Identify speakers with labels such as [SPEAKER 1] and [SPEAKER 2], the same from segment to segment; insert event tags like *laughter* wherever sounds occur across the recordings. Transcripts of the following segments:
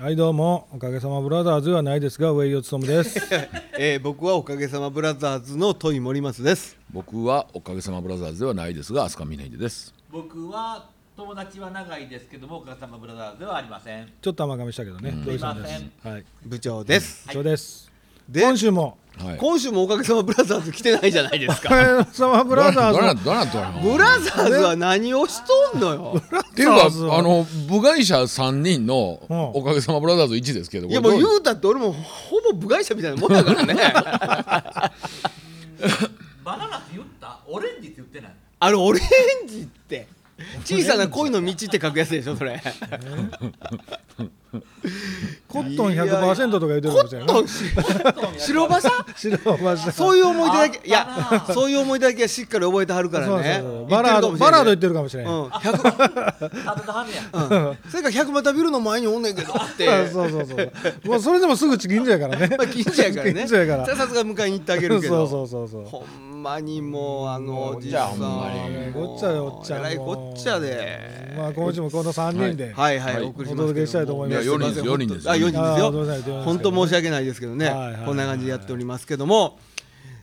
[SPEAKER 1] はいどうもおかげさまブラザーズではないですが上井努です
[SPEAKER 2] *laughs* えー僕はおかげさまブラザーズのトイ森松です。
[SPEAKER 3] 僕はおかげさまブラザーズではないですが飛鳥峰秀です
[SPEAKER 4] 僕は友達は長いですけどもおかげさまブラザーズではありません
[SPEAKER 1] ちょっと甘噛みしたけどね土井さんです
[SPEAKER 4] すい
[SPEAKER 1] はい
[SPEAKER 2] 部長です。
[SPEAKER 1] 以上です
[SPEAKER 2] で
[SPEAKER 1] 今週も
[SPEAKER 3] はい
[SPEAKER 2] 今週もおかげさまブラザーズ来てないじゃないです
[SPEAKER 1] *laughs* お
[SPEAKER 2] か。
[SPEAKER 1] かげさまブラザーズ
[SPEAKER 3] ど
[SPEAKER 1] の
[SPEAKER 3] などなどなど
[SPEAKER 2] *laughs*
[SPEAKER 3] な
[SPEAKER 2] ブラザーズは何をしとんのよ。
[SPEAKER 3] っていう
[SPEAKER 1] そ
[SPEAKER 3] か
[SPEAKER 1] うそう
[SPEAKER 3] あの部外者3人の
[SPEAKER 1] うん
[SPEAKER 3] おかげさまブラザーズ1ですけど
[SPEAKER 2] いやもう
[SPEAKER 3] これ
[SPEAKER 2] 言
[SPEAKER 3] ど
[SPEAKER 2] うたって俺もほぼ部外者みたいなもんだからね。
[SPEAKER 4] *laughs* バナナって言ったオレンジって言ってない
[SPEAKER 2] *laughs* あれオレンジって小さな恋の道って書くやつでしょそ *laughs* れ。
[SPEAKER 1] コットン100%とか言ってるかもしれない
[SPEAKER 2] コットン白馬さん
[SPEAKER 1] 白馬さん
[SPEAKER 2] そういう思い出だけい
[SPEAKER 4] あった
[SPEAKER 2] や
[SPEAKER 4] な
[SPEAKER 2] そういう思い出だけはしっかり覚えてはるから
[SPEAKER 1] そうそう
[SPEAKER 2] ね
[SPEAKER 1] そう。バラードバラード言ってるかもしれ
[SPEAKER 2] る
[SPEAKER 1] な
[SPEAKER 2] か
[SPEAKER 1] い
[SPEAKER 2] もしれない。うん100
[SPEAKER 4] ただハメや
[SPEAKER 2] うんそれから100またビルの前におんねんけどっ
[SPEAKER 1] *laughs*
[SPEAKER 2] て。
[SPEAKER 1] そうそうそうもうそれでもすぐ近所やからね
[SPEAKER 2] *laughs* まあ近所や
[SPEAKER 1] *laughs*
[SPEAKER 2] からね。
[SPEAKER 1] 近所やから
[SPEAKER 2] じゃあさすが迎えに行ってあげ
[SPEAKER 1] そ
[SPEAKER 2] る
[SPEAKER 1] う
[SPEAKER 2] けど。
[SPEAKER 1] そうそうそう
[SPEAKER 2] ほんまにもうあのおじさん。
[SPEAKER 3] ごっちゃほんまに
[SPEAKER 1] ごっちゃでおっちゃん
[SPEAKER 2] えらいごっちゃで。
[SPEAKER 1] まあ今週もこの3人で
[SPEAKER 2] はいはい、
[SPEAKER 3] はい
[SPEAKER 2] お送りし
[SPEAKER 1] お
[SPEAKER 2] ます
[SPEAKER 1] 届けしたいと思います
[SPEAKER 3] いや四人です四人です
[SPEAKER 2] あ四
[SPEAKER 1] あー
[SPEAKER 2] 人
[SPEAKER 1] ごめんなさい
[SPEAKER 2] で
[SPEAKER 1] ご
[SPEAKER 2] す
[SPEAKER 1] めんなさ
[SPEAKER 2] よ。
[SPEAKER 1] い
[SPEAKER 2] 本当申し訳ないですけどね、
[SPEAKER 1] はいはい
[SPEAKER 2] こんな感じでやっておりますけども、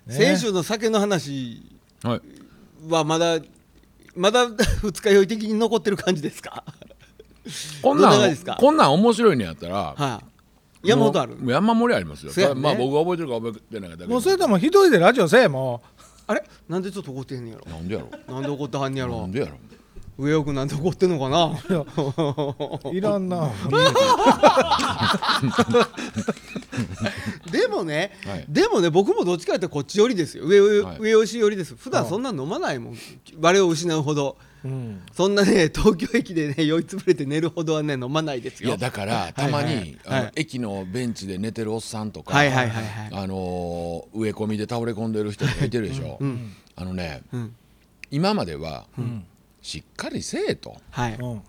[SPEAKER 1] ね
[SPEAKER 2] 先週の酒の話
[SPEAKER 3] はい
[SPEAKER 2] はまだまだ *laughs* 二日酔い的に残ってる感じですか。 *laughs*
[SPEAKER 3] こん
[SPEAKER 2] どんな
[SPEAKER 3] な
[SPEAKER 2] 感
[SPEAKER 3] ん
[SPEAKER 2] じですか
[SPEAKER 3] こんなん面白いのやったら
[SPEAKER 2] はい。山本ある
[SPEAKER 3] も。う山盛りありますよ
[SPEAKER 2] そうやね
[SPEAKER 3] まあ僕が覚えてるか覚えてないかだけで
[SPEAKER 1] もうそれとも一人でラジオせえも
[SPEAKER 2] あれ、なんでちょっと怒ってんねやろ。
[SPEAKER 3] なんでやろ
[SPEAKER 2] なんで怒ってはんねや
[SPEAKER 3] な
[SPEAKER 2] ろ
[SPEAKER 3] ん。でやろ
[SPEAKER 2] 上尾君なんで怒ってんのかな。
[SPEAKER 1] ういらんな
[SPEAKER 2] *laughs* でもね、
[SPEAKER 3] はい
[SPEAKER 2] でもね僕もどっちかというとこっち寄りですよ上,、
[SPEAKER 3] はい
[SPEAKER 2] 上吉寄りです普段そんな飲まないもん我を失うほど
[SPEAKER 1] うん
[SPEAKER 2] そんなね東京駅でね酔いつぶれて寝るほどはね飲まないです
[SPEAKER 3] い
[SPEAKER 2] よ
[SPEAKER 3] やだからたまに
[SPEAKER 2] はいはい
[SPEAKER 3] あの駅のベンチで寝てるおっさんとか
[SPEAKER 2] はいはいはいはい
[SPEAKER 3] あのー植え込みで倒れ込んでる人がいてるでしょあのね
[SPEAKER 2] うん
[SPEAKER 3] 今まではしっかりせえと
[SPEAKER 2] はい、
[SPEAKER 1] うん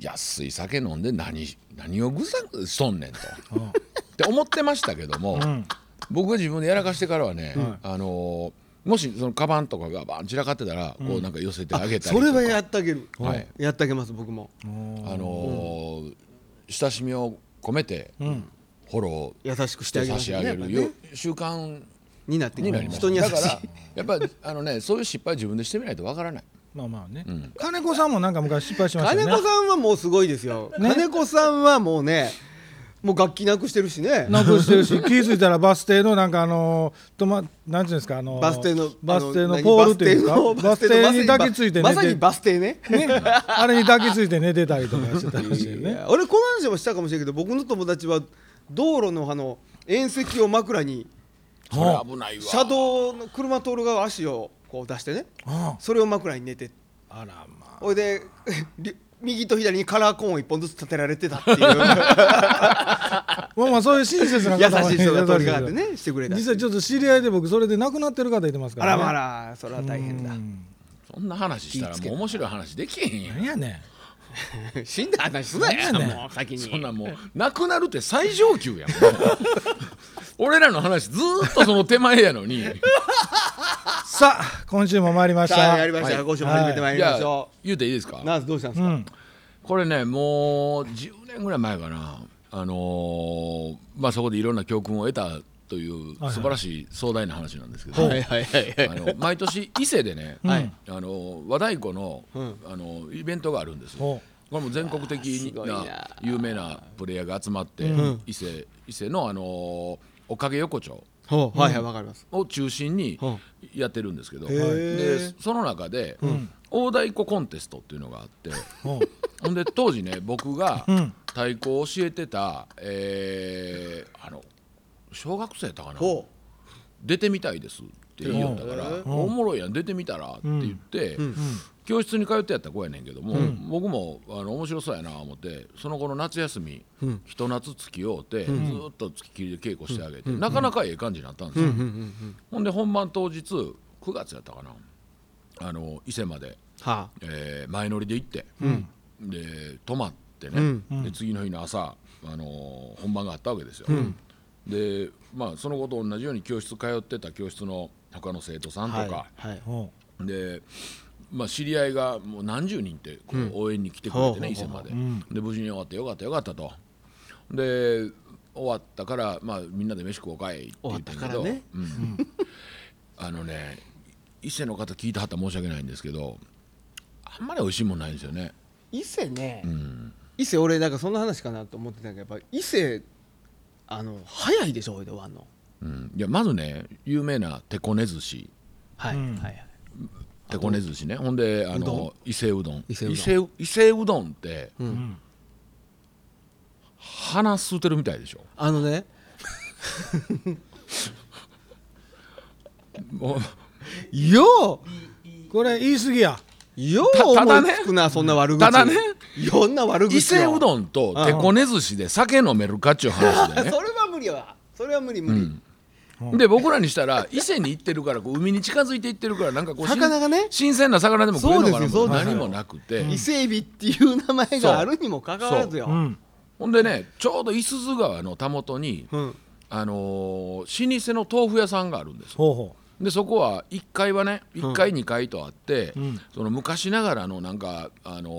[SPEAKER 3] 安い酒飲んで何何をぐざぐざしとんねんとって思ってましたけども
[SPEAKER 1] うん
[SPEAKER 3] 僕が自分でやらかしてからはね
[SPEAKER 1] ん
[SPEAKER 3] あのーもしそのカバンとかがバーン散らかってたらこうなんか寄せてあげたり
[SPEAKER 2] そ
[SPEAKER 3] とか
[SPEAKER 2] れはやってあげる、
[SPEAKER 3] はい
[SPEAKER 2] やってあげます僕も
[SPEAKER 3] あのー親しみを込めてフォロー
[SPEAKER 2] 優しくし
[SPEAKER 3] して
[SPEAKER 2] あ
[SPEAKER 3] て
[SPEAKER 2] げ
[SPEAKER 3] 差
[SPEAKER 2] ます
[SPEAKER 3] し
[SPEAKER 2] ね
[SPEAKER 3] 上げ
[SPEAKER 2] やっ
[SPEAKER 3] る
[SPEAKER 2] ぱ
[SPEAKER 3] よ
[SPEAKER 2] ね
[SPEAKER 3] 習慣
[SPEAKER 2] になって
[SPEAKER 3] に
[SPEAKER 2] き
[SPEAKER 3] な
[SPEAKER 2] て
[SPEAKER 3] ります
[SPEAKER 2] 人に優しい
[SPEAKER 3] だからやっぱり
[SPEAKER 2] *laughs*
[SPEAKER 3] あのねそういう失敗自分でしてみないとわからない
[SPEAKER 1] まあまあね
[SPEAKER 3] ん
[SPEAKER 1] 金子さんもなんか昔失敗しました
[SPEAKER 2] 金
[SPEAKER 1] よ
[SPEAKER 2] 子
[SPEAKER 1] ね
[SPEAKER 2] さんはもうすごいですよ、
[SPEAKER 1] ね
[SPEAKER 2] 金子さんはもうねもう楽器なくしてるしね
[SPEAKER 1] なくしてるし気づいたらバス停のなんかあのとまなんていうんですかあの
[SPEAKER 2] バス停の
[SPEAKER 1] バス停
[SPEAKER 2] あ
[SPEAKER 1] の
[SPEAKER 2] 何
[SPEAKER 1] ポールっていうかバ
[SPEAKER 2] バ
[SPEAKER 1] ス
[SPEAKER 2] ス
[SPEAKER 1] 停
[SPEAKER 2] 停の
[SPEAKER 1] に抱きついて
[SPEAKER 2] ま
[SPEAKER 1] 寝
[SPEAKER 2] さに
[SPEAKER 1] て
[SPEAKER 2] バス停ね
[SPEAKER 1] ねあれに抱きついて寝てたりとかしてたりして
[SPEAKER 2] い
[SPEAKER 1] ね
[SPEAKER 2] や俺この話もしたかもしれないけど僕の友達は道路のあの縁石を枕に
[SPEAKER 3] それ危ないわ
[SPEAKER 2] 車道の車通る側足をこう出してね
[SPEAKER 1] あ
[SPEAKER 2] それを枕に寝て
[SPEAKER 1] あらま
[SPEAKER 2] ほいでり右と左にカラーコーンを1本ずつ立てられてた
[SPEAKER 1] *laughs*
[SPEAKER 2] っていう
[SPEAKER 1] あまあまあそういう親切な
[SPEAKER 2] 優
[SPEAKER 1] 方も
[SPEAKER 2] しい人が通り
[SPEAKER 1] 優しい
[SPEAKER 2] か
[SPEAKER 1] 人
[SPEAKER 2] かって
[SPEAKER 1] *laughs*
[SPEAKER 2] ねしてくれた
[SPEAKER 1] 実際ちょっと知り合いで僕それで亡くなってる方いてますか
[SPEAKER 2] あ
[SPEAKER 1] ら
[SPEAKER 2] ら
[SPEAKER 1] ね
[SPEAKER 2] まあらそれは大変だ
[SPEAKER 3] そんな話したらもう面白い話できへんやん
[SPEAKER 1] 何やね
[SPEAKER 2] *laughs* 死んだ話すなや
[SPEAKER 1] なんやねん
[SPEAKER 2] もう先
[SPEAKER 3] そん
[SPEAKER 2] に
[SPEAKER 3] なもうなくなるって最上級やん *laughs* 俺らの話ずーっとその手前や
[SPEAKER 2] *laughs*
[SPEAKER 3] のに
[SPEAKER 1] んさあ今週も参りまし
[SPEAKER 2] さあや
[SPEAKER 1] た
[SPEAKER 2] りました
[SPEAKER 3] はい
[SPEAKER 2] 今週も始めてまいりましょ
[SPEAKER 3] 言うていいですか
[SPEAKER 2] うナースどうしたんです
[SPEAKER 1] う
[SPEAKER 2] か
[SPEAKER 1] ん
[SPEAKER 3] これねもう10年ぐらい前かなあのーまあそこでいろんな教訓を得たという
[SPEAKER 1] はい
[SPEAKER 3] 素晴らしい壮大な話なんですけど、
[SPEAKER 2] はいはいはい
[SPEAKER 3] あの毎年伊勢でね、
[SPEAKER 1] はい
[SPEAKER 3] あの和太鼓の,、
[SPEAKER 2] うん
[SPEAKER 3] あのイベントがあるんですよ
[SPEAKER 1] ほ
[SPEAKER 3] これも全国的
[SPEAKER 2] あーすごい
[SPEAKER 3] な
[SPEAKER 2] な
[SPEAKER 3] 有名なプレイヤーが集まって、伊勢伊勢の、あのーおかげ横丁
[SPEAKER 2] ほうはいはいわかります
[SPEAKER 3] を中心に
[SPEAKER 2] うん
[SPEAKER 3] やってるんですけど、
[SPEAKER 2] へー
[SPEAKER 3] でその中で、大太鼓コンテストっていうのがあって。
[SPEAKER 1] ほ
[SPEAKER 3] ほんで当時ね僕が
[SPEAKER 1] ん
[SPEAKER 3] 太鼓を教えてた、えーあの小学生やったかな
[SPEAKER 2] ほ
[SPEAKER 3] 出てみたいですって言いよったから、
[SPEAKER 2] うん
[SPEAKER 3] おもろいやん出てみたらって言って、教室に通ってやった子やねんけども、僕もあの面白そうやな思ってその後の夏休み、ひと夏付き合うて、ずーっと付きっきりで稽古してあげて、なかなかええ感じになったんですよ、
[SPEAKER 2] ううんうんうん
[SPEAKER 3] ほんで本番当日9月やったかなあの伊勢まで
[SPEAKER 2] は
[SPEAKER 3] えー前乗りで行って、で泊まってね、で次の日の朝、あのー本番があったわけですよ、でまあその子と同じように教室通ってた教室の他の生徒さん
[SPEAKER 2] あ
[SPEAKER 3] とか、
[SPEAKER 2] はいはいう
[SPEAKER 1] ほ
[SPEAKER 3] で、まあ、知り合いがもう何十人ってこう応援に来てくれてね、
[SPEAKER 2] ほうほうほう
[SPEAKER 3] 伊勢まで、で無事に終わってよかったよかったとで終わったから、まあ、みんなで飯食おうかいって言ってんけど、
[SPEAKER 2] 終わっ
[SPEAKER 3] うんあのね伊勢の方聞いてはったら申し訳ないんですけどあんまり美味しいもんないんですよね、
[SPEAKER 2] 伊勢ね、
[SPEAKER 3] うん、
[SPEAKER 2] 伊勢俺なんかそんな話かなと思ってたけどやっぱ伊勢あの早いでしょほいで終わんの
[SPEAKER 3] うん、いやまずね有名な手こね寿司
[SPEAKER 2] はい、
[SPEAKER 1] うん
[SPEAKER 2] はいはい
[SPEAKER 3] 手こね寿司ねほんであ
[SPEAKER 2] うどん
[SPEAKER 3] の伊勢うどん
[SPEAKER 2] 伊勢うどん
[SPEAKER 3] 伊勢う伊勢うどんって
[SPEAKER 2] うん
[SPEAKER 1] うん
[SPEAKER 3] 鼻吸うてるみたいでしょ
[SPEAKER 2] あのね
[SPEAKER 3] もう
[SPEAKER 2] よ
[SPEAKER 1] これ言い過ぎや
[SPEAKER 2] うよう
[SPEAKER 3] たただ
[SPEAKER 2] 思
[SPEAKER 3] ね
[SPEAKER 2] いつくなそんな悪口
[SPEAKER 3] ただね
[SPEAKER 2] いろんな悪口を
[SPEAKER 3] *laughs* 伊勢うどんと手こね寿司で酒飲めるかっちゅう話
[SPEAKER 2] そ
[SPEAKER 3] で
[SPEAKER 2] れ
[SPEAKER 3] ね、
[SPEAKER 2] は無理やわそれは無理無
[SPEAKER 3] う
[SPEAKER 2] 理、
[SPEAKER 3] んで僕らにしたら伊勢に行ってるからこう海に近づいて行ってるからなんかこうしん
[SPEAKER 2] 魚がね
[SPEAKER 3] 新鮮な魚でも食えるのかな
[SPEAKER 2] そうですよ
[SPEAKER 3] も
[SPEAKER 2] そうです
[SPEAKER 3] 何
[SPEAKER 2] よ
[SPEAKER 3] もなくて、
[SPEAKER 2] 伊勢海老っていう名前があるにもかかわらずよ
[SPEAKER 1] う、ん
[SPEAKER 3] ほんでねちょうど五十鈴川のたもとに、
[SPEAKER 2] うん
[SPEAKER 3] あのー老舗の豆腐屋さんがあるんですよ
[SPEAKER 1] ほうほ
[SPEAKER 3] でそこは1階はね1階2階とあって、
[SPEAKER 1] うん
[SPEAKER 3] その昔ながらのなんか、あの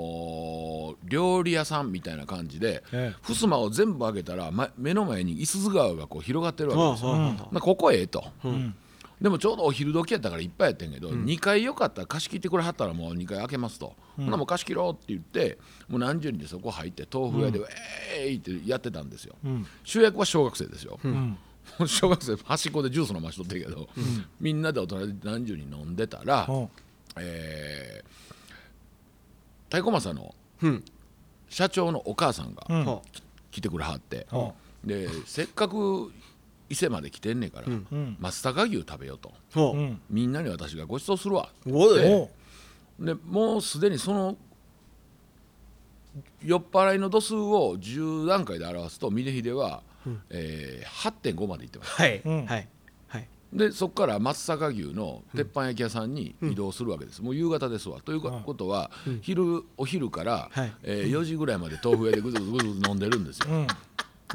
[SPEAKER 3] ー料理屋さんみたいな感じで、
[SPEAKER 1] ええ
[SPEAKER 3] 襖を全部開けたら、ま目の前に五十鈴川がこう広がってるわけですよ、
[SPEAKER 2] うん
[SPEAKER 3] まあここええと、
[SPEAKER 1] ん
[SPEAKER 3] でもちょうどお昼時やったからいっぱいやったんやけど、2階よかったら貸し切ってくれはったらもう2階開けますと、ほなもう貸し切ろうって言ってもう何十人でそこ入って豆腐屋でウェーイってやってたんですよ、
[SPEAKER 1] ん
[SPEAKER 3] 主役は小学生ですよ、
[SPEAKER 1] ううん
[SPEAKER 3] もう小学生端っこでジュース飲ましとってんけど、みんなで大人で何十人飲んでたら、
[SPEAKER 1] ほ
[SPEAKER 3] えー、太鼓正の
[SPEAKER 2] うん
[SPEAKER 3] 社長のお母さんが
[SPEAKER 1] ううん
[SPEAKER 2] ほ
[SPEAKER 3] 来てくれはって、
[SPEAKER 1] ほ
[SPEAKER 3] でせっかく伊勢まで来てんねんから、
[SPEAKER 2] うん
[SPEAKER 1] ううん
[SPEAKER 3] 松阪牛食べようと
[SPEAKER 2] ほ
[SPEAKER 1] うん
[SPEAKER 3] みんなに私がご馳走するわ
[SPEAKER 2] おい
[SPEAKER 1] ほ
[SPEAKER 3] でもうすでにその酔っ払いの度数を10段階で表すと峰秀は、えー8.5までいってます
[SPEAKER 2] はい、
[SPEAKER 1] うん
[SPEAKER 2] はいはい
[SPEAKER 3] でそこから松阪牛の鉄板焼き屋さんに移動するわけです、もう夕方ですわということは、昼お昼から、
[SPEAKER 2] はい
[SPEAKER 3] えー4時ぐらいまで豆腐屋でぐずぐずぐずぐず飲んでるんですよ
[SPEAKER 1] うう。ん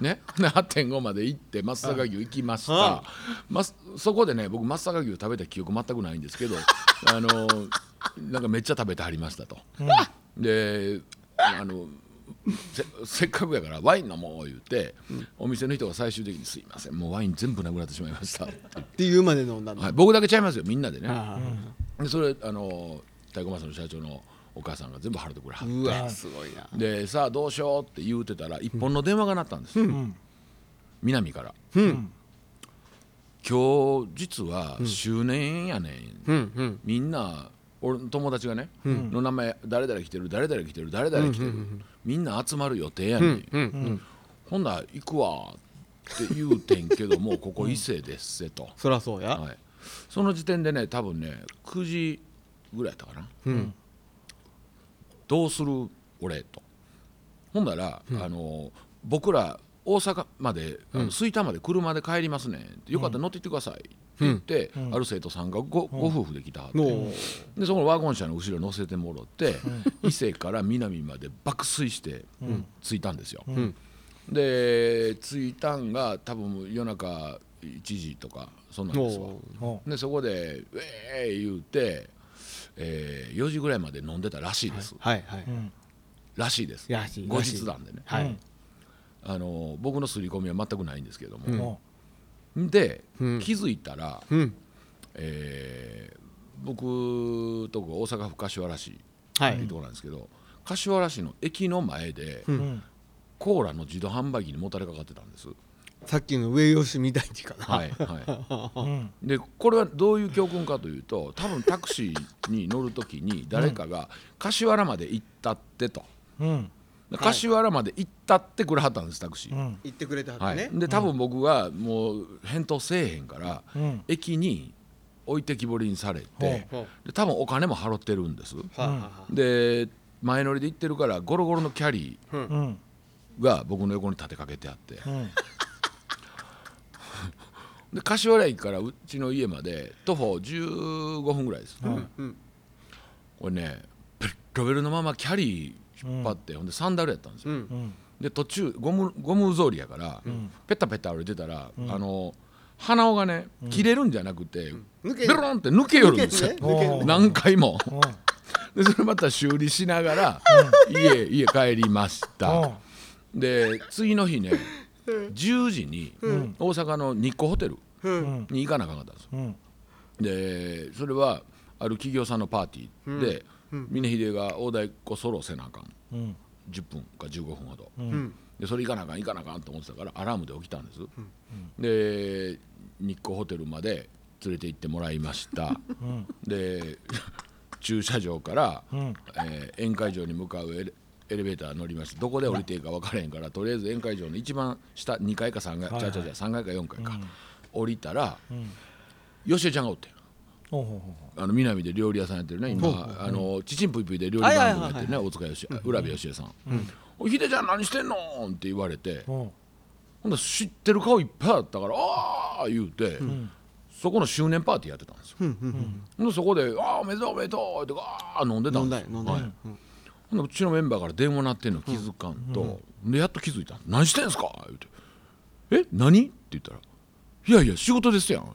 [SPEAKER 3] ね、で8.5まで行って松阪牛行きました、
[SPEAKER 2] は
[SPEAKER 3] ますそこでね僕松阪牛食べた記憶全くないんですけどあのなんかめっちゃ食べてはりましたと、であのせせっかくやからワイン飲もう言うて、お店の人が最終的に「すいませんもうワイン全部なくなってしまいました」
[SPEAKER 2] っていうまで飲んだの、
[SPEAKER 3] はい、僕だけちゃいますよみんなでね、
[SPEAKER 2] あ
[SPEAKER 3] でそれあの太鼓正の社長のお母さんが全部払ってくれは
[SPEAKER 2] あ
[SPEAKER 3] っ
[SPEAKER 2] うわすごいな
[SPEAKER 3] でさあどうしようって言うてたら一本の電話が鳴ったんですよ、
[SPEAKER 1] ん
[SPEAKER 3] 南から
[SPEAKER 2] うん
[SPEAKER 3] 今日実は周年やねん、
[SPEAKER 2] うんうん
[SPEAKER 3] みんな俺の友達がね、の名前誰々来てる誰々来てる誰々来てる、みんな集まる予定やねん、
[SPEAKER 2] うん
[SPEAKER 3] ほんなら行くわって言うてんけどもここ伊勢ですせと、
[SPEAKER 2] そらそうや、
[SPEAKER 3] はい、その時点でね多分ね9時ぐらいやったかな、
[SPEAKER 2] ん
[SPEAKER 3] どうする俺とほんなら、あの僕ら大阪まで、あの吹田まで車で帰りますねんってよかったら乗っていってくださいって言って、ある生徒さんがご,、ご夫婦で来たはって、
[SPEAKER 2] の
[SPEAKER 3] でそのワゴン車の後ろ乗せてもろって、伊勢から南まで爆睡して、着いたんですよ、
[SPEAKER 2] ん
[SPEAKER 3] で着いたんが多分夜中1時とかそんなんですわ
[SPEAKER 2] お
[SPEAKER 1] ほ
[SPEAKER 3] でそこで「ウェーイ!」言うて、えー4時ぐらいまで飲んでたらしいです、
[SPEAKER 2] はいはい、
[SPEAKER 1] うん
[SPEAKER 3] らしいです
[SPEAKER 2] らしい
[SPEAKER 3] 後日談でね、
[SPEAKER 2] はい、
[SPEAKER 1] うん
[SPEAKER 3] あの僕の刷り込みは全くないんですけども、
[SPEAKER 1] ほ
[SPEAKER 3] で、
[SPEAKER 2] うん
[SPEAKER 3] 気づいたら、
[SPEAKER 2] うん
[SPEAKER 3] えー僕とこ大阪府柏原市
[SPEAKER 2] は
[SPEAKER 3] っていう
[SPEAKER 2] い
[SPEAKER 3] ところなんですけど、柏原市の駅の前で、
[SPEAKER 1] ううん
[SPEAKER 3] コーラの自動販売機にもたれかかってたんです、
[SPEAKER 2] さっきの上吉みたいにかな、
[SPEAKER 3] はいは
[SPEAKER 1] うん
[SPEAKER 3] い、でこれはどういう教訓かというと多分タクシーに乗る時に誰かが柏原まで行ったってと
[SPEAKER 1] うん
[SPEAKER 3] 柏原まで行ったってくれはったんですタクシ
[SPEAKER 1] う
[SPEAKER 3] ー、
[SPEAKER 1] ん
[SPEAKER 2] 言ってくれてはっ
[SPEAKER 3] は
[SPEAKER 2] てね
[SPEAKER 3] い、、で多分僕はもう返答せえへんから、
[SPEAKER 1] うん
[SPEAKER 3] 駅に置いてきぼりにされて
[SPEAKER 2] ほうほ
[SPEAKER 3] で多分お金も払ってるんです
[SPEAKER 2] はいはいはい
[SPEAKER 3] で前乗りで行ってるからゴロゴロのキャリ
[SPEAKER 1] うん
[SPEAKER 3] ーが僕の横に立てかけてあって
[SPEAKER 1] うん
[SPEAKER 3] で柏原駅からうちの家まで徒歩15分ぐらいです、
[SPEAKER 2] うん
[SPEAKER 3] これねベロベロのままキャリー引っ張って、ほんでサンダルやったんですよ、
[SPEAKER 2] うん
[SPEAKER 1] うん
[SPEAKER 3] で途中ゴムゴム草履やから、ペタペタ歩いてたら、あの鼻緒がね切れるんじゃなくて、
[SPEAKER 2] 抜け
[SPEAKER 3] ベロンって抜けよる
[SPEAKER 2] 抜
[SPEAKER 3] んで
[SPEAKER 2] け
[SPEAKER 3] す
[SPEAKER 2] る
[SPEAKER 3] よ
[SPEAKER 2] ね、抜ける
[SPEAKER 1] お
[SPEAKER 2] ね
[SPEAKER 3] 何回も
[SPEAKER 1] ほ
[SPEAKER 3] でそれまた修理しながら、家家帰りました、
[SPEAKER 1] ほ
[SPEAKER 3] で次の日ね10時に大阪の日光ホテルに行かなあかんかったんですよ
[SPEAKER 1] うん
[SPEAKER 3] でそれはある企業さんのパーティーで峰秀が大太鼓ソロせなあかん
[SPEAKER 1] うん
[SPEAKER 3] 10分か15分ほど、
[SPEAKER 2] ん
[SPEAKER 3] でそれ行かなあかん行かなあかんと思ってたからアラームで起きたんです、で日光ホテルまで連れて行ってもらいました、
[SPEAKER 1] ん
[SPEAKER 3] で駐車場から、
[SPEAKER 1] ん
[SPEAKER 3] えー宴会場に向かうエレエレベーター乗りましたどこで降りていいか分からへんからとりあえず宴会場の一番下2階か3階、ちゃうちゃうちゃう3階か4階か、降りたら、吉江ちゃんがおってん
[SPEAKER 1] ほうほうほ
[SPEAKER 3] あの南で料理屋さんやってるね今、あのちちんぷいぷいで料理番組やってるね、大塚よし浦部義恵さん「おいひでちゃん何してんの?」って言われて、
[SPEAKER 1] うほ
[SPEAKER 3] ほんなら知ってる顔いっぱいあったから「ああ!」言うて、そこの周年パーティーやってたんですよ、ほんでそこで「ああおめでとうおめでとう」ってガー飲んでた
[SPEAKER 2] 飲
[SPEAKER 3] ん
[SPEAKER 2] ん
[SPEAKER 3] で
[SPEAKER 2] だよ
[SPEAKER 3] すよ
[SPEAKER 2] 飲んだよ、
[SPEAKER 3] はいほんでうちのメンバーから電話なってんの気づかんと、でやっと気づいた「何してんすか?」言うて「え何?」って言ったら「いやいや仕事ですやん」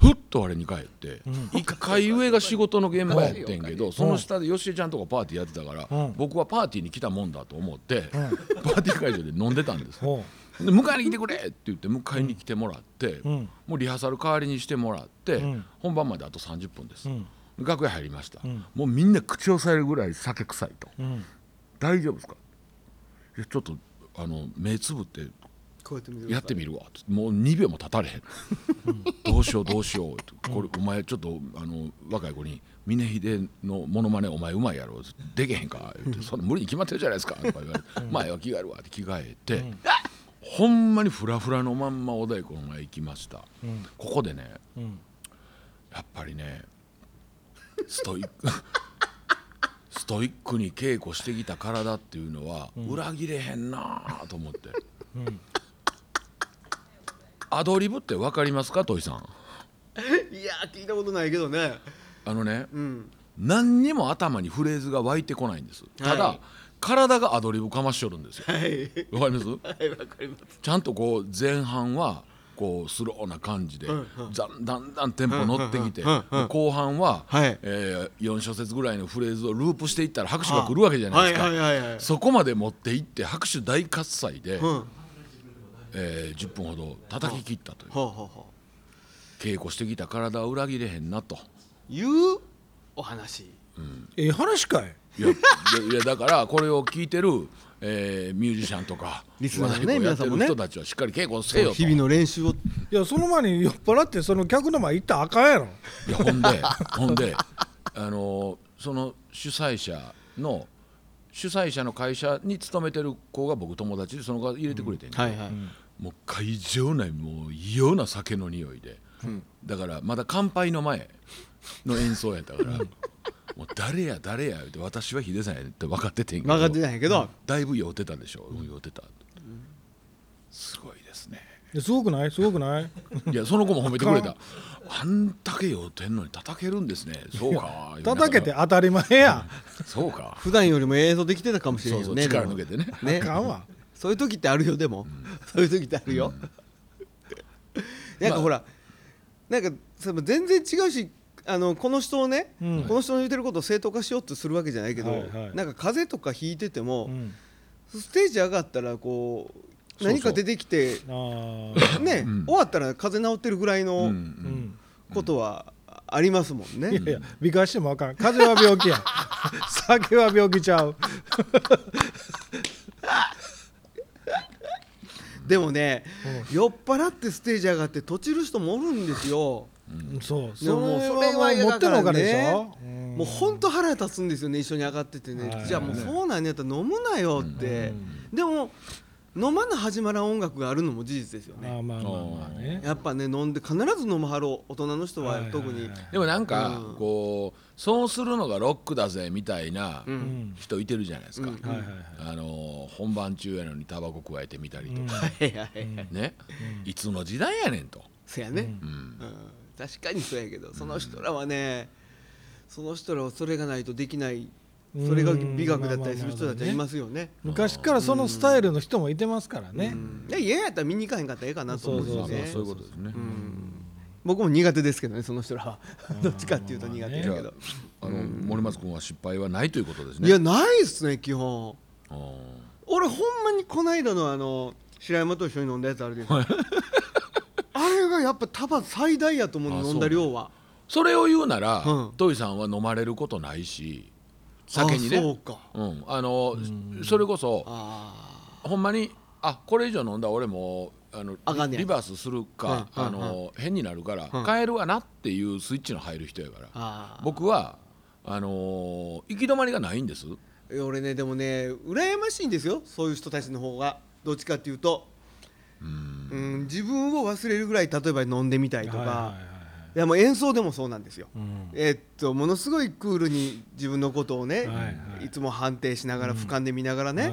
[SPEAKER 3] ふっとあれに帰って一回上が仕事の現場やってんけどその下で吉江ちゃんとかパーティーやってたから
[SPEAKER 1] ん
[SPEAKER 3] 僕はパーティーに来たもんだと思って *laughs* パーティー会場で飲んでたんです
[SPEAKER 1] うほ
[SPEAKER 3] で迎えに来てくれって言って迎えに来てもらって、
[SPEAKER 1] ん
[SPEAKER 3] もうリハーサル代わりにしてもらって、
[SPEAKER 1] ん
[SPEAKER 3] 本番まであと30分です、
[SPEAKER 1] ん
[SPEAKER 3] 楽屋入りました、もうみんな口を押さえるぐらい酒臭いと、
[SPEAKER 1] ん
[SPEAKER 3] 大丈夫ですかいやちょっとあの目つぶって
[SPEAKER 2] こうやって見てください
[SPEAKER 3] やってみるわってもう2秒も経たれへん *laughs* どうしようどうしようってこれお前ちょっとあの若い子に「峰秀のモノマネお前うまいやろ」でけへんか」言って「そんな無理に決まってるじゃないですか」とか言われて「前は着替えるわ」って着替えて、あほんまにフラフラのまんまお太鼓の前行きました、ここでね、やっぱりねストイックストイックに稽古してきた体っていうのは裏切れへんなあと思って、アドリブって分かりますか土井さん
[SPEAKER 2] *laughs* いやー聞いたことないけどね
[SPEAKER 3] あのね、
[SPEAKER 2] うん
[SPEAKER 3] 何にも頭にフレーズが湧いてこないんですただ、
[SPEAKER 2] はい
[SPEAKER 3] 体がアドリブかましとるんですよ
[SPEAKER 2] はい
[SPEAKER 3] わかります
[SPEAKER 2] はいわかります
[SPEAKER 3] ちゃんとこう前半はこうスローな感じで、ざんだんだんテンポ乗ってきて、
[SPEAKER 2] うんうんうんうん
[SPEAKER 3] 後半は、
[SPEAKER 2] はい
[SPEAKER 3] え4小節ぐらいのフレーズをループしていったら拍手が来るわけじゃないですか、
[SPEAKER 2] はいはいはいはい
[SPEAKER 3] そこまで持っていって拍手大喝采で、
[SPEAKER 2] うんは
[SPEAKER 3] えー10分ほど叩き切ったという
[SPEAKER 2] あ、はあはあ、
[SPEAKER 3] 稽古してきた体は裏切れへんなと。
[SPEAKER 2] いうお話
[SPEAKER 1] うええ話かい
[SPEAKER 3] いやいやいやだからこれを聞いてる、えーミュージシャンとか
[SPEAKER 2] リスナーのね
[SPEAKER 3] 和太鼓やってる
[SPEAKER 2] 皆さ
[SPEAKER 3] 人
[SPEAKER 2] んも
[SPEAKER 3] たちはしっかり稽古せよと
[SPEAKER 2] 日々の練習を
[SPEAKER 1] いやその前に酔っ払ってその客の前行ったらあかんやろ
[SPEAKER 3] いやほんでほんであのーその主催者の主催者の会社に勤めてる子が僕友達でその子が入れてくれてんけど
[SPEAKER 2] はいはい、
[SPEAKER 3] もう会場内もう異様な酒の匂いで、だからまだ乾杯の前の演奏やったからもう誰や誰や言うて私はヒデさんやって分かっててんけど
[SPEAKER 2] 分かってないけど、
[SPEAKER 3] だいぶ酔ってたでしょ、うん、酔ってた、すごいですね
[SPEAKER 1] いやすごくないすごくない
[SPEAKER 3] いやその子も褒めてくれたあんだけ酔ってんのに叩けるんですねそうか
[SPEAKER 1] 叩けて
[SPEAKER 3] 言いなが
[SPEAKER 1] 当たり前や
[SPEAKER 3] らそうか
[SPEAKER 2] 普段よりも映像できてたかもしれ
[SPEAKER 3] そ
[SPEAKER 2] な
[SPEAKER 3] う
[SPEAKER 2] い
[SPEAKER 3] そ
[SPEAKER 2] よね
[SPEAKER 3] う、力
[SPEAKER 2] でも
[SPEAKER 3] 抜けてね
[SPEAKER 1] あ
[SPEAKER 2] *laughs* ね
[SPEAKER 1] かんわ
[SPEAKER 2] そういう時ってあるよでも、そういう時ってあるよ、 *laughs* なんかほら、なんかその全然違うしあのこの人をね、
[SPEAKER 1] うん
[SPEAKER 2] この人の言ってることを正当化しようとするわけじゃないけど、
[SPEAKER 1] はいはい
[SPEAKER 2] なんか風邪とかひいてても、
[SPEAKER 1] うん
[SPEAKER 2] ステージ上がったらこう
[SPEAKER 3] そう
[SPEAKER 2] 何か出てきて
[SPEAKER 1] あー
[SPEAKER 2] ね、終わったら風邪治ってるぐらいうの
[SPEAKER 1] うんん
[SPEAKER 2] ことはありますもんね、
[SPEAKER 1] いやいや美化してもあかん風邪は病気
[SPEAKER 2] *laughs*
[SPEAKER 1] や酒は病気ちゃう
[SPEAKER 2] でもね、酔っ払ってステージ上がって閉じる人もおるんですよ、
[SPEAKER 1] そう
[SPEAKER 2] で
[SPEAKER 1] そ
[SPEAKER 2] ももう
[SPEAKER 1] れ
[SPEAKER 2] それは
[SPEAKER 1] はもう持ってのお金でし
[SPEAKER 2] 嫌だから
[SPEAKER 1] ょ
[SPEAKER 2] ね
[SPEAKER 1] うん
[SPEAKER 2] もうほんと腹立つんですよね一緒に上がっててね、
[SPEAKER 1] はい
[SPEAKER 2] じゃあもうそうなんやったら飲むなよって、でも飲まな始まらん音楽があるのも事実ですよ
[SPEAKER 1] あ
[SPEAKER 2] ね
[SPEAKER 1] ーまあまあまあね
[SPEAKER 2] やっぱね飲んで必ず飲まはろう大人の人は特に、
[SPEAKER 1] はいはいはい
[SPEAKER 3] でもなんか、
[SPEAKER 2] うん
[SPEAKER 3] こうそうするのがロックだぜみたいな
[SPEAKER 2] うん
[SPEAKER 3] 人いてるじゃないですか、
[SPEAKER 2] うん
[SPEAKER 1] はいはいはい
[SPEAKER 3] あのー本番中やのにタバコ加えてみたりとか、
[SPEAKER 2] はいはいはい、
[SPEAKER 3] ね、いつの時代やねんと、
[SPEAKER 2] そやね、
[SPEAKER 3] うん
[SPEAKER 2] うん確かにそうやけどその人らはね、その人らはそれがないとできないそれが美学だったりする人たちはいますよね。
[SPEAKER 1] 昔からそのスタイルの人もいてますからね
[SPEAKER 2] うんいや嫌やったら見に行かへんかったらええかなと思うんです
[SPEAKER 1] そう
[SPEAKER 3] ま
[SPEAKER 2] よ
[SPEAKER 3] あ
[SPEAKER 2] ね
[SPEAKER 3] まあそういうことですね、
[SPEAKER 2] うん僕も苦手ですけどねその人らはどっちかっていうと苦手やけ
[SPEAKER 3] じゃあ
[SPEAKER 2] ど、
[SPEAKER 3] あの森松君は失敗はないということですね
[SPEAKER 2] いやないっすね基本
[SPEAKER 3] あー
[SPEAKER 2] お俺ほんまにこの間のあの白山と一緒に飲んだやつあるでしょあれがやっぱ多分最大やと思
[SPEAKER 3] あ
[SPEAKER 2] う
[SPEAKER 3] そう
[SPEAKER 2] 飲んだ量は
[SPEAKER 3] それを言うなら、
[SPEAKER 2] うん
[SPEAKER 3] トイさんは飲まれることないし酒に
[SPEAKER 2] あそう
[SPEAKER 3] ね
[SPEAKER 2] か
[SPEAKER 3] うん、あのそれこそ
[SPEAKER 2] あ
[SPEAKER 3] ほんまにあこれ以上飲んだら俺もうあの
[SPEAKER 2] あかんねや
[SPEAKER 3] リリバースするか、
[SPEAKER 2] うんうん
[SPEAKER 3] あの変になるから、
[SPEAKER 2] うん
[SPEAKER 3] 帰るわなっていうスイッチの入る人やから、
[SPEAKER 2] ーあ
[SPEAKER 3] 僕はあのー行き止まりがないんです
[SPEAKER 2] ー俺ねでもね羨ましいんですよそういう人たちの方がどっちかっていうとうん自分を忘れるぐらい例えば飲んでみたいとか、
[SPEAKER 1] はいいはいはい
[SPEAKER 2] やもう演奏でもそうなんですよ、
[SPEAKER 1] うん
[SPEAKER 2] えっとものすごいクールに自分のことをね、
[SPEAKER 1] はい
[SPEAKER 2] い
[SPEAKER 1] はい
[SPEAKER 2] つも判定しながら俯瞰で見ながら
[SPEAKER 1] は
[SPEAKER 2] ね、
[SPEAKER 1] い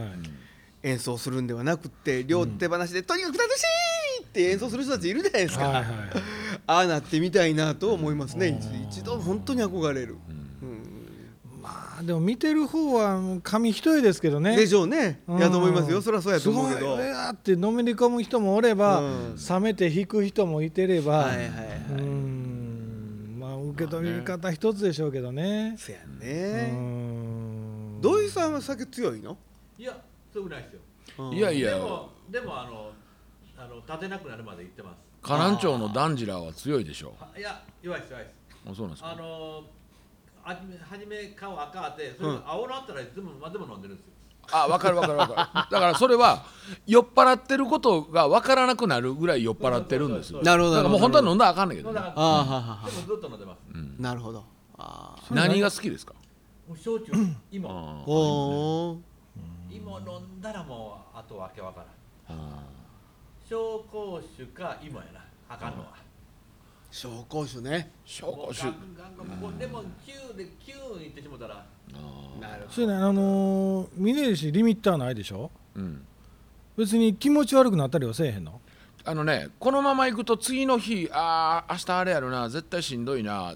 [SPEAKER 2] 演奏するんではなくって両手放しで、とにかく楽しいって演奏する人たちいるじゃないですか、
[SPEAKER 1] はいはい
[SPEAKER 2] ああなってみたいなと思いますね、一一度本当に憧れる、
[SPEAKER 1] まあでも見てる方は紙一重ですけどね
[SPEAKER 2] でしょうね、
[SPEAKER 1] うん
[SPEAKER 2] いやと思いますよそりゃそうやと思うけ
[SPEAKER 1] す
[SPEAKER 2] ど
[SPEAKER 1] ごい俺だってのめり込む人もおれば、
[SPEAKER 2] うん
[SPEAKER 1] 冷めて引く人もいてれば、
[SPEAKER 2] はいはいはいう
[SPEAKER 1] ーんまあ受け取り方一つでしょうけどね、
[SPEAKER 2] そや
[SPEAKER 1] うー
[SPEAKER 2] ね、
[SPEAKER 1] ん
[SPEAKER 2] 土井さんは酒強いの、
[SPEAKER 4] いやそういうことないですよ
[SPEAKER 2] うん
[SPEAKER 3] いやい
[SPEAKER 4] で
[SPEAKER 3] や
[SPEAKER 4] もでもあのあの立てなくなるまで行ってます
[SPEAKER 3] 河南町のダンジラは強いでしょ
[SPEAKER 4] はいや弱いです弱いです
[SPEAKER 3] あそうなんです
[SPEAKER 4] あ
[SPEAKER 3] か
[SPEAKER 4] のはじめ初め顔赤あってそれが青なったらいつもまでも飲んでるんですよ
[SPEAKER 3] あ分かる分かる分かるだからそれは酔っ払ってることが分からなくなるぐらい酔っ払ってるんですよ
[SPEAKER 2] なるほど
[SPEAKER 3] だからもう本当は飲んだらあかんねんけ
[SPEAKER 4] 飲
[SPEAKER 3] ど
[SPEAKER 4] ん
[SPEAKER 3] ね
[SPEAKER 4] だらあか
[SPEAKER 2] あーは
[SPEAKER 4] ん
[SPEAKER 2] はは
[SPEAKER 4] でもずっと飲んでます
[SPEAKER 2] なるほどあー
[SPEAKER 3] 何が好きですか
[SPEAKER 4] もう焼酎今
[SPEAKER 3] あー
[SPEAKER 2] おー
[SPEAKER 4] 今飲んだらもうあとはわけわからん
[SPEAKER 3] あ
[SPEAKER 4] 紹興酒か今やなあかんのは
[SPEAKER 2] 紹興酒ね
[SPEAKER 3] ー紹興酒
[SPEAKER 4] もうガンガンガンもうレモン9で9いってしもたら
[SPEAKER 3] あ
[SPEAKER 2] なるほ
[SPEAKER 1] そうねあのー、見れるしリミッターないでしょ
[SPEAKER 3] ーうん
[SPEAKER 1] 別に気持ち悪くなったりはせえへんの
[SPEAKER 3] あのねこのまま行くと次の日ああ明日あれやるな絶対しんどいな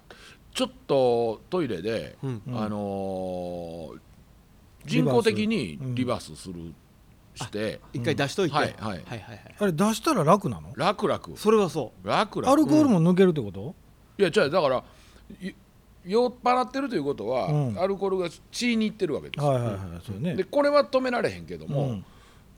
[SPEAKER 3] ちょっとトイレで、
[SPEAKER 2] うん
[SPEAKER 3] あのー人工的にリ
[SPEAKER 1] リ
[SPEAKER 3] バースする、して
[SPEAKER 2] ど一回出しといて、
[SPEAKER 3] はい
[SPEAKER 2] は
[SPEAKER 3] はい
[SPEAKER 2] いはいはい
[SPEAKER 1] あれ出したら楽なの
[SPEAKER 3] 楽々
[SPEAKER 2] それはそ
[SPEAKER 3] 楽々
[SPEAKER 1] アルコールも抜けるってこと、
[SPEAKER 3] いやじゃあだからい酔っ払ってるということは、
[SPEAKER 1] うん
[SPEAKER 3] アルコールが血にいってるわけですよ、
[SPEAKER 1] はいはいはいそうね
[SPEAKER 3] でこれは止められへんけども、
[SPEAKER 1] うん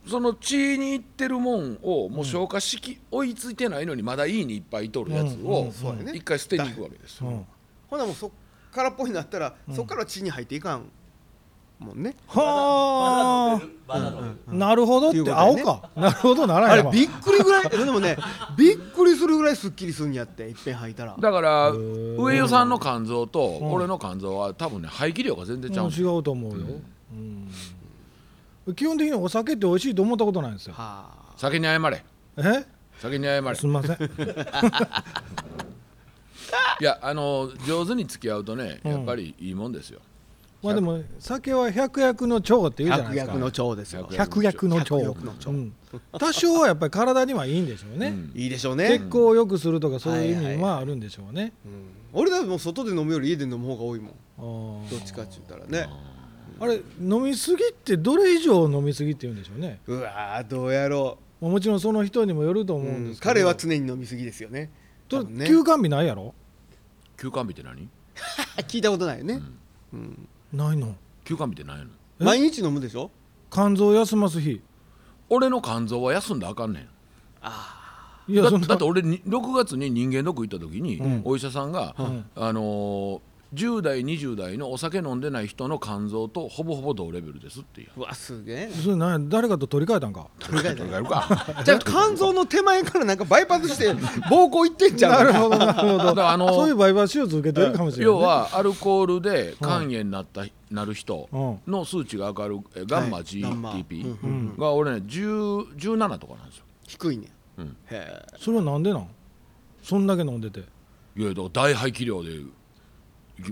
[SPEAKER 3] その血にいってるもんをもう消化しき、追いついてないのにまだいいにいっぱいいとるやつ
[SPEAKER 1] うんう
[SPEAKER 3] を
[SPEAKER 1] ん
[SPEAKER 2] そうやね
[SPEAKER 3] 一回捨てに行くわけですよ、
[SPEAKER 1] うん
[SPEAKER 2] うほなもうそっからっぽいなったら、そっから血に入っていかんもんね
[SPEAKER 1] はあ
[SPEAKER 4] まだ飲んでるまだ飲んでる
[SPEAKER 1] なるほどっ
[SPEAKER 2] ってい
[SPEAKER 1] て
[SPEAKER 2] うことや
[SPEAKER 1] 青
[SPEAKER 2] ね
[SPEAKER 1] か、なるほどなら
[SPEAKER 2] あ
[SPEAKER 1] へ
[SPEAKER 2] れ
[SPEAKER 1] んわ
[SPEAKER 2] びっくりぐらい *laughs* でもねびっくりするぐらいすっきりするんやっていっぺん吐いたら
[SPEAKER 3] だから
[SPEAKER 1] ー
[SPEAKER 3] 上与さんの肝臓と俺の肝臓は多分ね排気量が全然ちゃ
[SPEAKER 1] う
[SPEAKER 3] う
[SPEAKER 1] んん
[SPEAKER 3] です
[SPEAKER 1] 違
[SPEAKER 3] よ
[SPEAKER 1] うと思うよ、うん基本的にお酒って美味しいと思ったことないんですよ
[SPEAKER 2] は
[SPEAKER 3] 酒に謝れ
[SPEAKER 1] え
[SPEAKER 3] 酒に謝れ
[SPEAKER 1] すみません
[SPEAKER 3] いやあの上手に付き合うとね
[SPEAKER 1] うん
[SPEAKER 3] やっぱりいいもんですよ、
[SPEAKER 1] まあでも酒は百薬の長って
[SPEAKER 2] あ
[SPEAKER 1] 言うじゃないですか
[SPEAKER 2] 百薬の長ですよ
[SPEAKER 3] 百
[SPEAKER 1] 百薬の長
[SPEAKER 2] 百薬の長
[SPEAKER 1] うん多少はやっぱり体にはいいんでしょうね、
[SPEAKER 3] うん
[SPEAKER 2] いいでしょうね
[SPEAKER 1] 血行を良くするとかそういう意味はあるんでしょうね、
[SPEAKER 2] 俺だってもう外で飲むより家で飲む方が多いもん
[SPEAKER 1] あー
[SPEAKER 2] どっちかって言ったらね
[SPEAKER 1] あれ飲みすぎってどれ以上飲みすぎって言うんでしょうね
[SPEAKER 2] うわーどうやろ
[SPEAKER 1] まあもちろんその人にもよると
[SPEAKER 2] う、
[SPEAKER 1] 思
[SPEAKER 2] う
[SPEAKER 1] うん
[SPEAKER 2] ん
[SPEAKER 1] ですけど、
[SPEAKER 2] 彼は常に飲みすぎですよね多
[SPEAKER 1] と
[SPEAKER 2] 分ね
[SPEAKER 1] 休館日ないやろ
[SPEAKER 3] 休館日って何
[SPEAKER 2] 聞いたことないよね、
[SPEAKER 1] ないの
[SPEAKER 3] 休館日って何やの
[SPEAKER 2] 毎日飲むでしょ
[SPEAKER 1] 肝臓休ます日
[SPEAKER 3] 俺の肝臓は休んだらあかんねん
[SPEAKER 1] い
[SPEAKER 3] だ
[SPEAKER 1] そんな
[SPEAKER 3] だって俺に6月に人間ドック行った時に、お医者さんが、あのー10代20代のお酒飲んでない人の肝臓とほぼほぼ同レベルですって言
[SPEAKER 2] うわ
[SPEAKER 1] *laughs*
[SPEAKER 2] すげえ
[SPEAKER 1] それ何誰かと取り替えたんか
[SPEAKER 3] う取り替えるか
[SPEAKER 2] じゃあ肝臓の手前からなんかバイパスして膀胱いってんじゃ
[SPEAKER 1] なんるほどなるほ
[SPEAKER 3] だか
[SPEAKER 1] ど
[SPEAKER 3] らあの
[SPEAKER 1] そういう売買手術受けてるかもしれない、ね、
[SPEAKER 3] *laughs* 要はアルコールで肝炎になった、なる人
[SPEAKER 1] う
[SPEAKER 3] の数値が上がるえガンマ
[SPEAKER 2] はいガンマ
[SPEAKER 3] GTP が俺ね10 17とかなんですよ
[SPEAKER 2] 低いね、
[SPEAKER 3] うん
[SPEAKER 2] へ
[SPEAKER 1] それはなんでなんそんだけ飲んでて
[SPEAKER 3] いやだから大排気量でい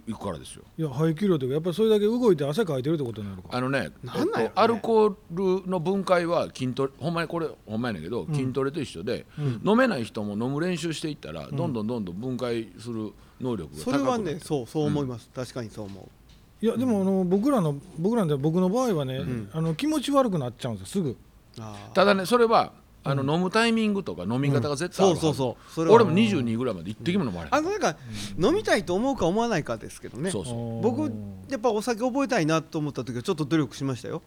[SPEAKER 3] いくからですよ
[SPEAKER 1] いや排気量というかやっぱりそれだけ動いて汗かいてるってことになるか
[SPEAKER 3] あのね
[SPEAKER 2] なんなんやろね
[SPEAKER 3] えっとアルコールの分解は筋トレほんまにこれほんまやねんけど、筋トレと一緒で、飲めない人も飲む練習していったら、どんどんどんどん分解する能力
[SPEAKER 2] え
[SPEAKER 3] が
[SPEAKER 2] そ
[SPEAKER 3] 高くな
[SPEAKER 2] れ
[SPEAKER 3] る
[SPEAKER 2] はねそうそう思います、確かにそう思う
[SPEAKER 1] いやでもあの僕らの僕らで僕の場合はね、あの気持ち悪くなっちゃうんですよすぐ
[SPEAKER 2] あ
[SPEAKER 3] ただねそれはあの、飲むタイミングとか飲み方が絶対あ
[SPEAKER 2] そ
[SPEAKER 3] る
[SPEAKER 2] う
[SPEAKER 3] はず、
[SPEAKER 2] そうそうそれは
[SPEAKER 3] 俺も22ぐらいまで一滴も飲まれへん、
[SPEAKER 2] あのなんか飲みたいと思うか思わないかですけどね
[SPEAKER 3] そうそう
[SPEAKER 2] 僕
[SPEAKER 1] あ
[SPEAKER 2] やっぱお酒覚えたいなと思った時はちょっと努力しましたよ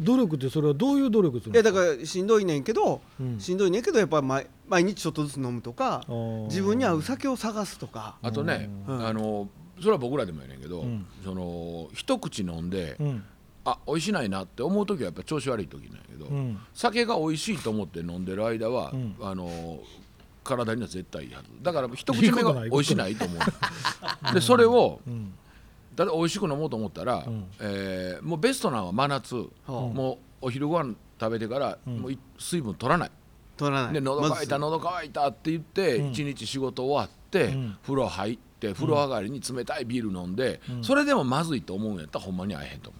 [SPEAKER 1] 努力ってそれはどういう努力する
[SPEAKER 2] いや
[SPEAKER 1] の
[SPEAKER 2] だからしんどいねんけど、
[SPEAKER 1] うん
[SPEAKER 2] しんどいねんけどやっぱ毎毎日ちょっとずつ飲むと
[SPEAKER 1] あ
[SPEAKER 2] か
[SPEAKER 1] ー
[SPEAKER 2] 自分に合う酒を探すとか
[SPEAKER 3] あとね、
[SPEAKER 2] うん
[SPEAKER 3] あのそれは僕らでもやねんけど、
[SPEAKER 1] うん
[SPEAKER 3] その一口飲んで、
[SPEAKER 1] うん
[SPEAKER 3] あ美味しないなって思う時はやっぱ調子悪い時なんやけど、
[SPEAKER 1] うん
[SPEAKER 3] 酒が美味しいと思って飲んでる間は、
[SPEAKER 1] うん
[SPEAKER 3] あの体には絶対いいはずだから一口目が美味しないと思うでそれを
[SPEAKER 1] うん
[SPEAKER 3] だって美味しく飲もうと思ったら、
[SPEAKER 1] うん
[SPEAKER 3] えーもうベストなのは真夏、もうお昼ご飯食べてから、
[SPEAKER 1] ん
[SPEAKER 3] もうい水分取らない
[SPEAKER 2] 取らない
[SPEAKER 3] で喉乾いた
[SPEAKER 2] まず
[SPEAKER 3] 喉乾いたって言って、
[SPEAKER 1] うん
[SPEAKER 3] 一日仕事終わって、
[SPEAKER 1] うん
[SPEAKER 3] 風呂入って風呂上がりに冷たいビール飲んで、
[SPEAKER 1] ん
[SPEAKER 3] それでもまずいと思うんやったらほんまに会えへんと思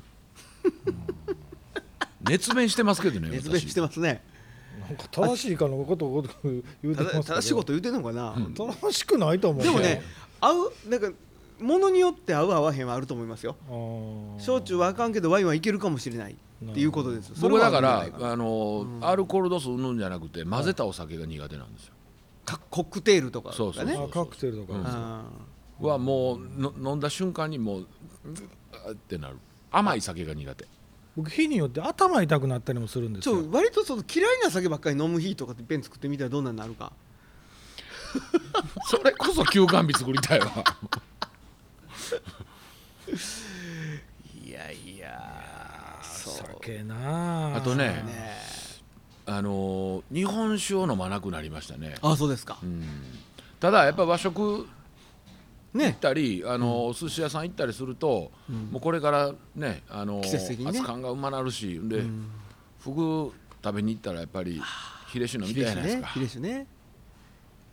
[SPEAKER 3] う熱弁してますけどね
[SPEAKER 2] 熱弁してますね
[SPEAKER 1] なんか正しいかのことをごとく言うてま
[SPEAKER 2] た
[SPEAKER 1] すけ
[SPEAKER 2] だ
[SPEAKER 1] ど
[SPEAKER 2] 正しいこと言うてんのかな、
[SPEAKER 1] 正しくないと思う
[SPEAKER 2] *laughs* でも
[SPEAKER 3] そ
[SPEAKER 2] ね
[SPEAKER 3] う
[SPEAKER 2] 合うなんかものによって合う合わへんはあると思いますよ
[SPEAKER 1] あー
[SPEAKER 2] 焼酎はあかんけどワインはいけるかもしれないっていうことですそれ
[SPEAKER 3] 僕
[SPEAKER 2] は
[SPEAKER 3] だか
[SPEAKER 2] あ
[SPEAKER 3] ら
[SPEAKER 2] るんじゃないか
[SPEAKER 3] あの、アルコール度数うんぬんじゃなくて混ぜたお酒が苦手なんですよ、
[SPEAKER 2] かコクテールとかがね
[SPEAKER 3] そうそうそう
[SPEAKER 1] あカクテルとか、
[SPEAKER 3] うん
[SPEAKER 2] あ
[SPEAKER 3] はもうの飲んだ瞬間にもううっってなる甘い酒が苦手
[SPEAKER 1] 僕日によって頭痛くなったりもするんで
[SPEAKER 2] ー
[SPEAKER 1] す
[SPEAKER 2] ちょ
[SPEAKER 1] よ
[SPEAKER 2] 割とその嫌いな酒ばっかり飲む日とかっていっぺん作ってみたらどんなんなるか
[SPEAKER 3] それこそ休館日作り
[SPEAKER 2] *laughs*
[SPEAKER 3] たい
[SPEAKER 2] い
[SPEAKER 3] わ
[SPEAKER 2] やいやそう
[SPEAKER 1] 酒な
[SPEAKER 3] あとね
[SPEAKER 2] ね
[SPEAKER 3] あの日本酒を飲まなくなりましたね
[SPEAKER 2] あそうですか
[SPEAKER 3] ただやっぱ和食行
[SPEAKER 2] ね
[SPEAKER 3] ったり、あのお寿司屋さん行ったりすると、もうこれからねあの
[SPEAKER 2] 季節的にね
[SPEAKER 3] 熱感がうまなるしで、ふぐ食べに行ったらやっぱりヒレ酒飲みたいじゃないです
[SPEAKER 2] ね
[SPEAKER 3] か、
[SPEAKER 2] ヒレ酒ね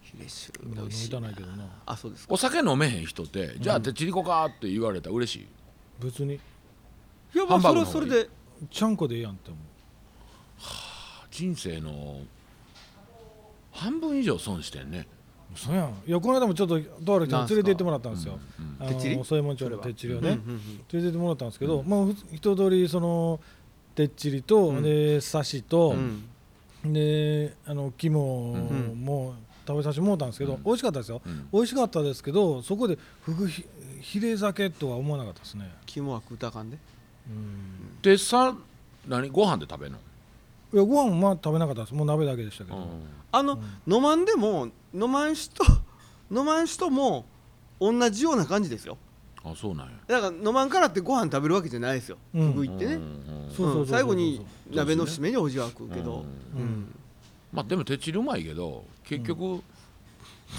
[SPEAKER 2] ヒレ酒美
[SPEAKER 1] 飲
[SPEAKER 2] 味し
[SPEAKER 1] み
[SPEAKER 2] い
[SPEAKER 1] たないけどな
[SPEAKER 2] あそうですか
[SPEAKER 3] お酒飲めへん人って、じゃあ手ちりこかって言われたら嬉しい
[SPEAKER 1] 別に
[SPEAKER 2] いや
[SPEAKER 3] ハ
[SPEAKER 2] まあ
[SPEAKER 3] ンバー
[SPEAKER 2] そ
[SPEAKER 3] グ
[SPEAKER 2] れはそ
[SPEAKER 3] の方がい
[SPEAKER 2] れ
[SPEAKER 3] い
[SPEAKER 2] で
[SPEAKER 1] ちゃんこでええやんって思
[SPEAKER 3] 人生の半分以上損してんね
[SPEAKER 1] うそうやんいやこの間もちょっととある人に連れて行ってもらったんですよあ
[SPEAKER 2] てっちり
[SPEAKER 1] のそういうもんちょの
[SPEAKER 2] それは
[SPEAKER 1] てっちりをね、連れて行ってもらったんですけど、まあふつ一通りそのてっちりと、で刺しと、
[SPEAKER 2] うん
[SPEAKER 1] であの肝も食べさせてもらったんですけど、美味しかったですよ、
[SPEAKER 3] ん
[SPEAKER 1] 美味しかったですけどそこでふぐひひれ酒とは思わなかったですね
[SPEAKER 2] 肝は食うたらあかんで
[SPEAKER 3] でさ何ご飯で食べるの、
[SPEAKER 1] いやご飯まあ食べなかったですもう鍋だけでしたけど、
[SPEAKER 2] あの飲まんでも飲まん人 *laughs* 飲まん人も同じような感じですよ
[SPEAKER 3] あそうなんや
[SPEAKER 2] だから飲まんからってご飯食べるわけじゃないですよ
[SPEAKER 1] う
[SPEAKER 2] ふ
[SPEAKER 1] ん
[SPEAKER 2] ぐ行って
[SPEAKER 3] うんう
[SPEAKER 2] ね
[SPEAKER 3] ん
[SPEAKER 1] そうそうそうそう
[SPEAKER 2] うん最後に鍋の締めにおじは食うけど
[SPEAKER 1] うん
[SPEAKER 3] まあでも手ちりうまいけど結局、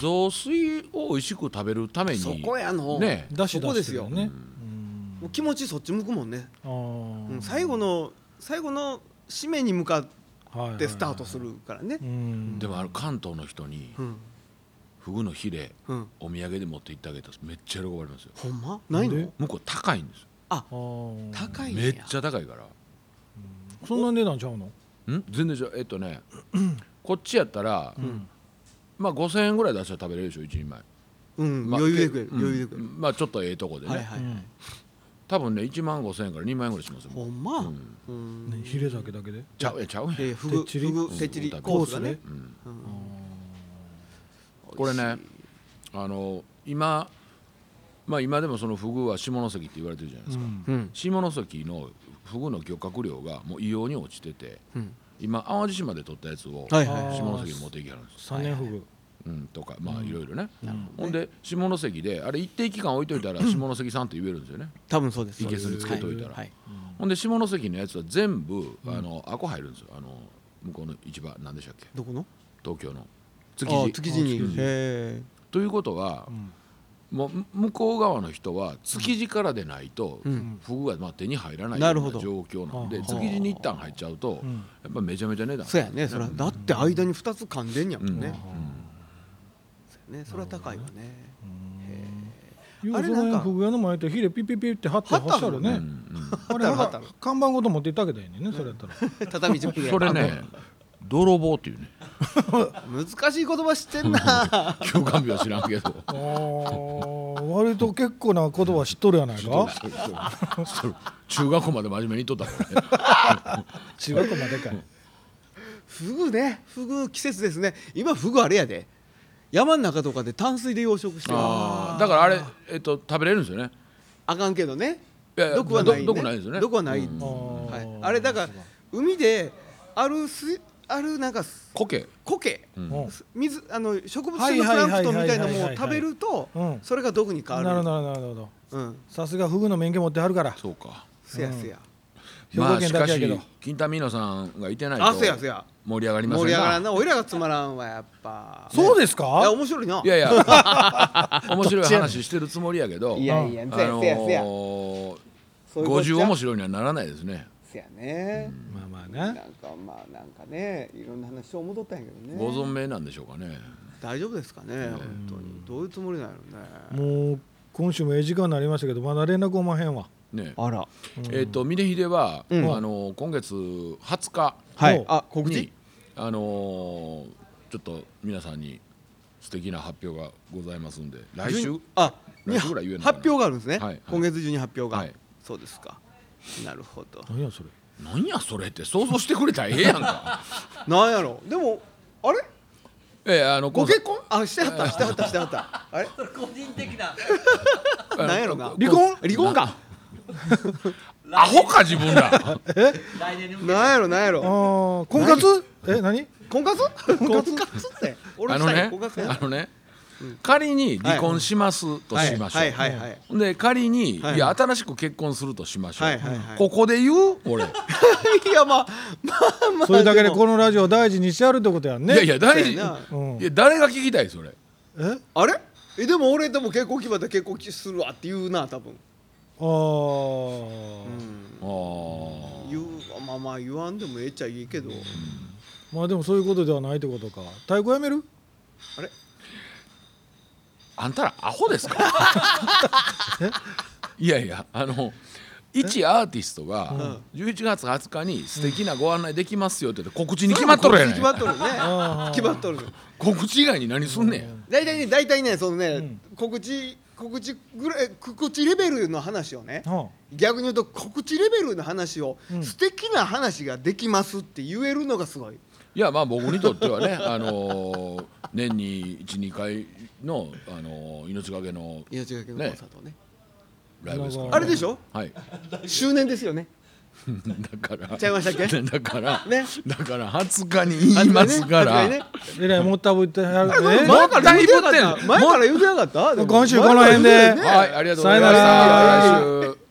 [SPEAKER 3] 雑炊を美味しく食べるために
[SPEAKER 2] そこやの
[SPEAKER 3] ね
[SPEAKER 1] だし
[SPEAKER 2] そ
[SPEAKER 1] 出
[SPEAKER 2] こ
[SPEAKER 1] し
[SPEAKER 2] で
[SPEAKER 1] て
[SPEAKER 2] す
[SPEAKER 1] る
[SPEAKER 2] よ
[SPEAKER 1] よ
[SPEAKER 2] も
[SPEAKER 1] ね
[SPEAKER 2] う気持ちそっち向くもんね
[SPEAKER 1] うんあー
[SPEAKER 2] うん最後の最後の締めに向か
[SPEAKER 1] はいはいは
[SPEAKER 2] っ
[SPEAKER 1] い
[SPEAKER 2] てスタートするからね
[SPEAKER 1] うん
[SPEAKER 3] でもあの関東の人に
[SPEAKER 2] うん
[SPEAKER 3] フグのヒレ
[SPEAKER 2] うん
[SPEAKER 3] お土産で持って行ってあげたらめっちゃ喜ばれますよ
[SPEAKER 2] ほんまない
[SPEAKER 1] なんで
[SPEAKER 2] の
[SPEAKER 3] 向こう高いんですよ
[SPEAKER 1] あー
[SPEAKER 2] 高いん
[SPEAKER 3] め
[SPEAKER 2] や
[SPEAKER 3] っちゃ高いから
[SPEAKER 1] そんな値段ちゃうの
[SPEAKER 3] ん全然じゃえっ
[SPEAKER 2] *clears throat*
[SPEAKER 3] とねこっちやったら、まあ5000円ぐらい出したら食べれるでしょ1人前、
[SPEAKER 2] うん
[SPEAKER 3] まあ
[SPEAKER 2] 余裕で食える
[SPEAKER 3] うん
[SPEAKER 2] 余裕で食える
[SPEAKER 3] まあちょっとええとこでね、
[SPEAKER 2] はいはいはい
[SPEAKER 3] 多分ね1万5000円から2万円ぐらいしますよ
[SPEAKER 2] ほんま
[SPEAKER 3] ん
[SPEAKER 2] うん
[SPEAKER 1] ねヒレ酒だけで
[SPEAKER 3] ちゃうやんちゃうやん
[SPEAKER 2] えふぐ
[SPEAKER 1] てっちり
[SPEAKER 2] ふぐてっちり
[SPEAKER 3] うん
[SPEAKER 2] コースがね
[SPEAKER 3] うん
[SPEAKER 2] うん
[SPEAKER 3] これねあの今まあ今でもそのフグは下関って言われてるじゃないですか、
[SPEAKER 2] うん
[SPEAKER 3] 下関のフグの漁獲量がもう異様に落ちてて、
[SPEAKER 2] うん
[SPEAKER 3] 今淡路島で取ったやつを
[SPEAKER 2] は
[SPEAKER 3] 下
[SPEAKER 2] いはい
[SPEAKER 3] 関に持っていきはるんです、
[SPEAKER 1] 三年フグ
[SPEAKER 3] うん、とかまあいろいろね、
[SPEAKER 2] ん
[SPEAKER 3] ほんで下関であれ一定期間置いといたら下関さんって言えるんですよね、
[SPEAKER 2] 多分そうです
[SPEAKER 3] いけすにつけといたら
[SPEAKER 2] ははい
[SPEAKER 3] ほんで下関のやつは全部あのアコ入るんですよあの向こうの市場何でしたっけ
[SPEAKER 2] どこの
[SPEAKER 3] 東京の築
[SPEAKER 2] あ
[SPEAKER 3] 地
[SPEAKER 2] 築地に
[SPEAKER 3] うん
[SPEAKER 2] へ
[SPEAKER 3] ということは、もうむ向こう側の人は築地からでないと、
[SPEAKER 2] ん
[SPEAKER 3] フグがまあ手に入らないよ
[SPEAKER 2] な
[SPEAKER 3] う
[SPEAKER 2] るほ
[SPEAKER 3] な
[SPEAKER 2] ど
[SPEAKER 3] 状況なんで
[SPEAKER 1] はあ
[SPEAKER 3] 築地に一旦入っちゃうと、
[SPEAKER 1] ん
[SPEAKER 3] やっぱめちゃめちゃ値
[SPEAKER 2] え
[SPEAKER 3] 段
[SPEAKER 2] そうやねそれはだって間に二つ噛んでんやもんね
[SPEAKER 3] うん
[SPEAKER 2] そうやねそれは高いわね *laughs*
[SPEAKER 1] ようそ
[SPEAKER 2] あれ
[SPEAKER 1] の
[SPEAKER 2] なん
[SPEAKER 1] 辺
[SPEAKER 2] か
[SPEAKER 1] フグ屋の前でヒレピッピッピッって貼って
[SPEAKER 2] 貼っ
[SPEAKER 1] 貼
[SPEAKER 2] たの
[SPEAKER 1] っしゃる
[SPEAKER 3] う
[SPEAKER 1] ね
[SPEAKER 2] *laughs*
[SPEAKER 3] ん
[SPEAKER 1] あれ
[SPEAKER 2] 貼ったの貼ったの
[SPEAKER 1] 看板ごと持って行ったわけだよねそれやっ
[SPEAKER 2] *laughs*
[SPEAKER 1] たら
[SPEAKER 2] 畳自分
[SPEAKER 3] うん
[SPEAKER 2] で
[SPEAKER 3] それね泥棒っていうね
[SPEAKER 2] 難しい言葉知ってんな
[SPEAKER 3] 休館日は知らんけど *laughs*
[SPEAKER 1] あー割と結構な言葉知っとる
[SPEAKER 2] *laughs*
[SPEAKER 1] やないか
[SPEAKER 3] それ中学校まで真面目に言っとったからね
[SPEAKER 1] 中学校までかい
[SPEAKER 2] フグねフグ季節ですね今フグあれやで山ん中とかで淡水で養殖してるあ
[SPEAKER 3] あーだからあれ、えっと、食べれるんですよね
[SPEAKER 2] かんけどね
[SPEAKER 3] いやいや
[SPEAKER 2] 毒はない、ね、
[SPEAKER 3] ど毒ないですよね
[SPEAKER 2] 毒はない、
[SPEAKER 3] うん
[SPEAKER 1] あー
[SPEAKER 2] はい、あれだから海であるすあるなんかす
[SPEAKER 3] 苔
[SPEAKER 2] 苔、
[SPEAKER 3] うん
[SPEAKER 1] うん
[SPEAKER 2] 水あの植物
[SPEAKER 1] は
[SPEAKER 2] 性
[SPEAKER 1] い
[SPEAKER 2] の
[SPEAKER 1] はい
[SPEAKER 2] プラ
[SPEAKER 1] はい
[SPEAKER 2] ン
[SPEAKER 1] は
[SPEAKER 2] ク
[SPEAKER 1] い
[SPEAKER 2] トンみたいなもの
[SPEAKER 1] は
[SPEAKER 2] を
[SPEAKER 1] いはい
[SPEAKER 2] 食べると、
[SPEAKER 1] うん
[SPEAKER 2] それが毒に変わる
[SPEAKER 1] なるほどなるほどなるほど
[SPEAKER 2] うん
[SPEAKER 1] さすがフグの免許持ってはるから
[SPEAKER 3] そうか
[SPEAKER 2] せやせや、
[SPEAKER 1] 兵庫県だけやけど
[SPEAKER 3] まあ、しかし金田美乃さんがいてない
[SPEAKER 2] あ
[SPEAKER 3] と
[SPEAKER 2] せやせや
[SPEAKER 3] 盛り上がりません
[SPEAKER 2] 盛り上がらん
[SPEAKER 3] な
[SPEAKER 2] なおいらがつまらんわやっぱ
[SPEAKER 1] そうです
[SPEAKER 2] いや
[SPEAKER 1] か
[SPEAKER 2] 面白いない
[SPEAKER 3] やいや
[SPEAKER 2] *laughs*
[SPEAKER 3] 面白い話してるつもりやけど
[SPEAKER 2] い
[SPEAKER 1] や
[SPEAKER 2] や
[SPEAKER 1] い
[SPEAKER 2] いや
[SPEAKER 3] あ
[SPEAKER 2] せや
[SPEAKER 3] の
[SPEAKER 2] せやせや、
[SPEAKER 3] ー、
[SPEAKER 2] そういうこっちゃ
[SPEAKER 3] 50面白いにはならないですね
[SPEAKER 2] せやね、
[SPEAKER 1] まあまあ
[SPEAKER 2] なん
[SPEAKER 1] な
[SPEAKER 2] かまあなんかねいろんな話を戻ったんやけどね
[SPEAKER 3] ご存命なんでしょうかね
[SPEAKER 2] 大丈夫ですかね本当にどういうつもりなのね
[SPEAKER 1] もう今週もええ時間になりましたけどまだ連絡おまへんわ
[SPEAKER 3] ね
[SPEAKER 2] あら
[SPEAKER 3] えっ、と峰秀は、
[SPEAKER 2] うん
[SPEAKER 3] あの今月20日
[SPEAKER 2] はい
[SPEAKER 1] お
[SPEAKER 2] あ告知
[SPEAKER 3] にあのーちょっと皆さんに素敵な発表がございますんで来週
[SPEAKER 2] 順あに
[SPEAKER 3] 来週ぐらい言えんのかな
[SPEAKER 2] 発表があるんですね、
[SPEAKER 3] はいはい
[SPEAKER 2] 今月中に発表が、
[SPEAKER 3] はい
[SPEAKER 2] そうですかなるほど
[SPEAKER 1] 何やそれ
[SPEAKER 3] なんやそれって想像してくれたらええやんか
[SPEAKER 2] なんやろうでもあれ
[SPEAKER 3] *laughs* ええあの
[SPEAKER 2] ご結婚あしてはったしてはったしてはった
[SPEAKER 3] *laughs*
[SPEAKER 2] あれ
[SPEAKER 4] それ個人的な
[SPEAKER 3] あの
[SPEAKER 2] なんやろな
[SPEAKER 1] 離婚
[SPEAKER 2] 離婚か
[SPEAKER 3] アホか自分ら
[SPEAKER 4] 来年に向けて
[SPEAKER 2] なんやろなんや
[SPEAKER 1] あ
[SPEAKER 2] ろ
[SPEAKER 1] ー婚活 *laughs* え何
[SPEAKER 2] 婚
[SPEAKER 3] *laughs*
[SPEAKER 2] 活婚活って *laughs* 俺
[SPEAKER 3] あ
[SPEAKER 2] し
[SPEAKER 3] の
[SPEAKER 2] たい
[SPEAKER 3] ね
[SPEAKER 2] 婚活や *laughs*
[SPEAKER 3] あのね仮に離婚しますとしましょう、
[SPEAKER 2] はいはいはいはい
[SPEAKER 3] で仮に、
[SPEAKER 2] はい
[SPEAKER 3] い、や新しく結婚するとしましょう、
[SPEAKER 2] はいはいはい
[SPEAKER 3] ここで言う俺、
[SPEAKER 2] いやまあまあまあ
[SPEAKER 1] それだけで
[SPEAKER 2] も
[SPEAKER 1] このラジオを大事にしてあるってことやんね
[SPEAKER 3] いやいや誰に
[SPEAKER 2] そうやな
[SPEAKER 1] うん
[SPEAKER 3] いや誰が聞きたいそれ
[SPEAKER 1] え
[SPEAKER 2] あれえでも俺でも結婚決まったら結婚するわって言うな多分
[SPEAKER 1] あー
[SPEAKER 3] あー
[SPEAKER 2] 言うまあまあ言わんでもええっちゃいいけど
[SPEAKER 1] まあでもそういうことではないってことか太鼓やめる
[SPEAKER 2] あれ
[SPEAKER 3] あんたらアホですか *laughs* いやいやあの一アーティストが11月20日に素敵なご案内できますよって言って告知に決まっとるやね
[SPEAKER 2] 決ま
[SPEAKER 3] ん
[SPEAKER 2] っとるね
[SPEAKER 3] *laughs*
[SPEAKER 1] あー
[SPEAKER 2] 決まっとる
[SPEAKER 3] 告知以外に何すんねん
[SPEAKER 2] 大体ね大体ねそのね、
[SPEAKER 1] ん
[SPEAKER 2] 告知告知ぐらい告知レベルの話をね
[SPEAKER 1] は
[SPEAKER 2] 逆に言うと告知レベルの話を、
[SPEAKER 1] うん
[SPEAKER 2] 素敵な話ができますって言えるのがすごい
[SPEAKER 3] いやまあ僕にとってはねあのー年に12回の、あのー命がけの
[SPEAKER 2] 命がけのコンサートね
[SPEAKER 3] ライブですから、
[SPEAKER 2] あれでしょ
[SPEAKER 3] はい *laughs*
[SPEAKER 2] 周年ですよね
[SPEAKER 3] だから
[SPEAKER 2] ちゃいましたっけ
[SPEAKER 3] *laughs* だから、
[SPEAKER 2] ね
[SPEAKER 3] だから20日に言いますから、
[SPEAKER 2] 確にね
[SPEAKER 1] あえらいもったぶってや *laughs* る
[SPEAKER 2] 確にね
[SPEAKER 1] ね
[SPEAKER 2] 前から言うてなか
[SPEAKER 3] もった
[SPEAKER 2] っ
[SPEAKER 3] いぶっ
[SPEAKER 2] てた
[SPEAKER 3] ん
[SPEAKER 2] 前から言うてなかったでも
[SPEAKER 1] 今週この辺で
[SPEAKER 2] 前から言うてなかったよね
[SPEAKER 3] はいありがとうございまし
[SPEAKER 1] さよな
[SPEAKER 3] た
[SPEAKER 1] ら
[SPEAKER 3] 来週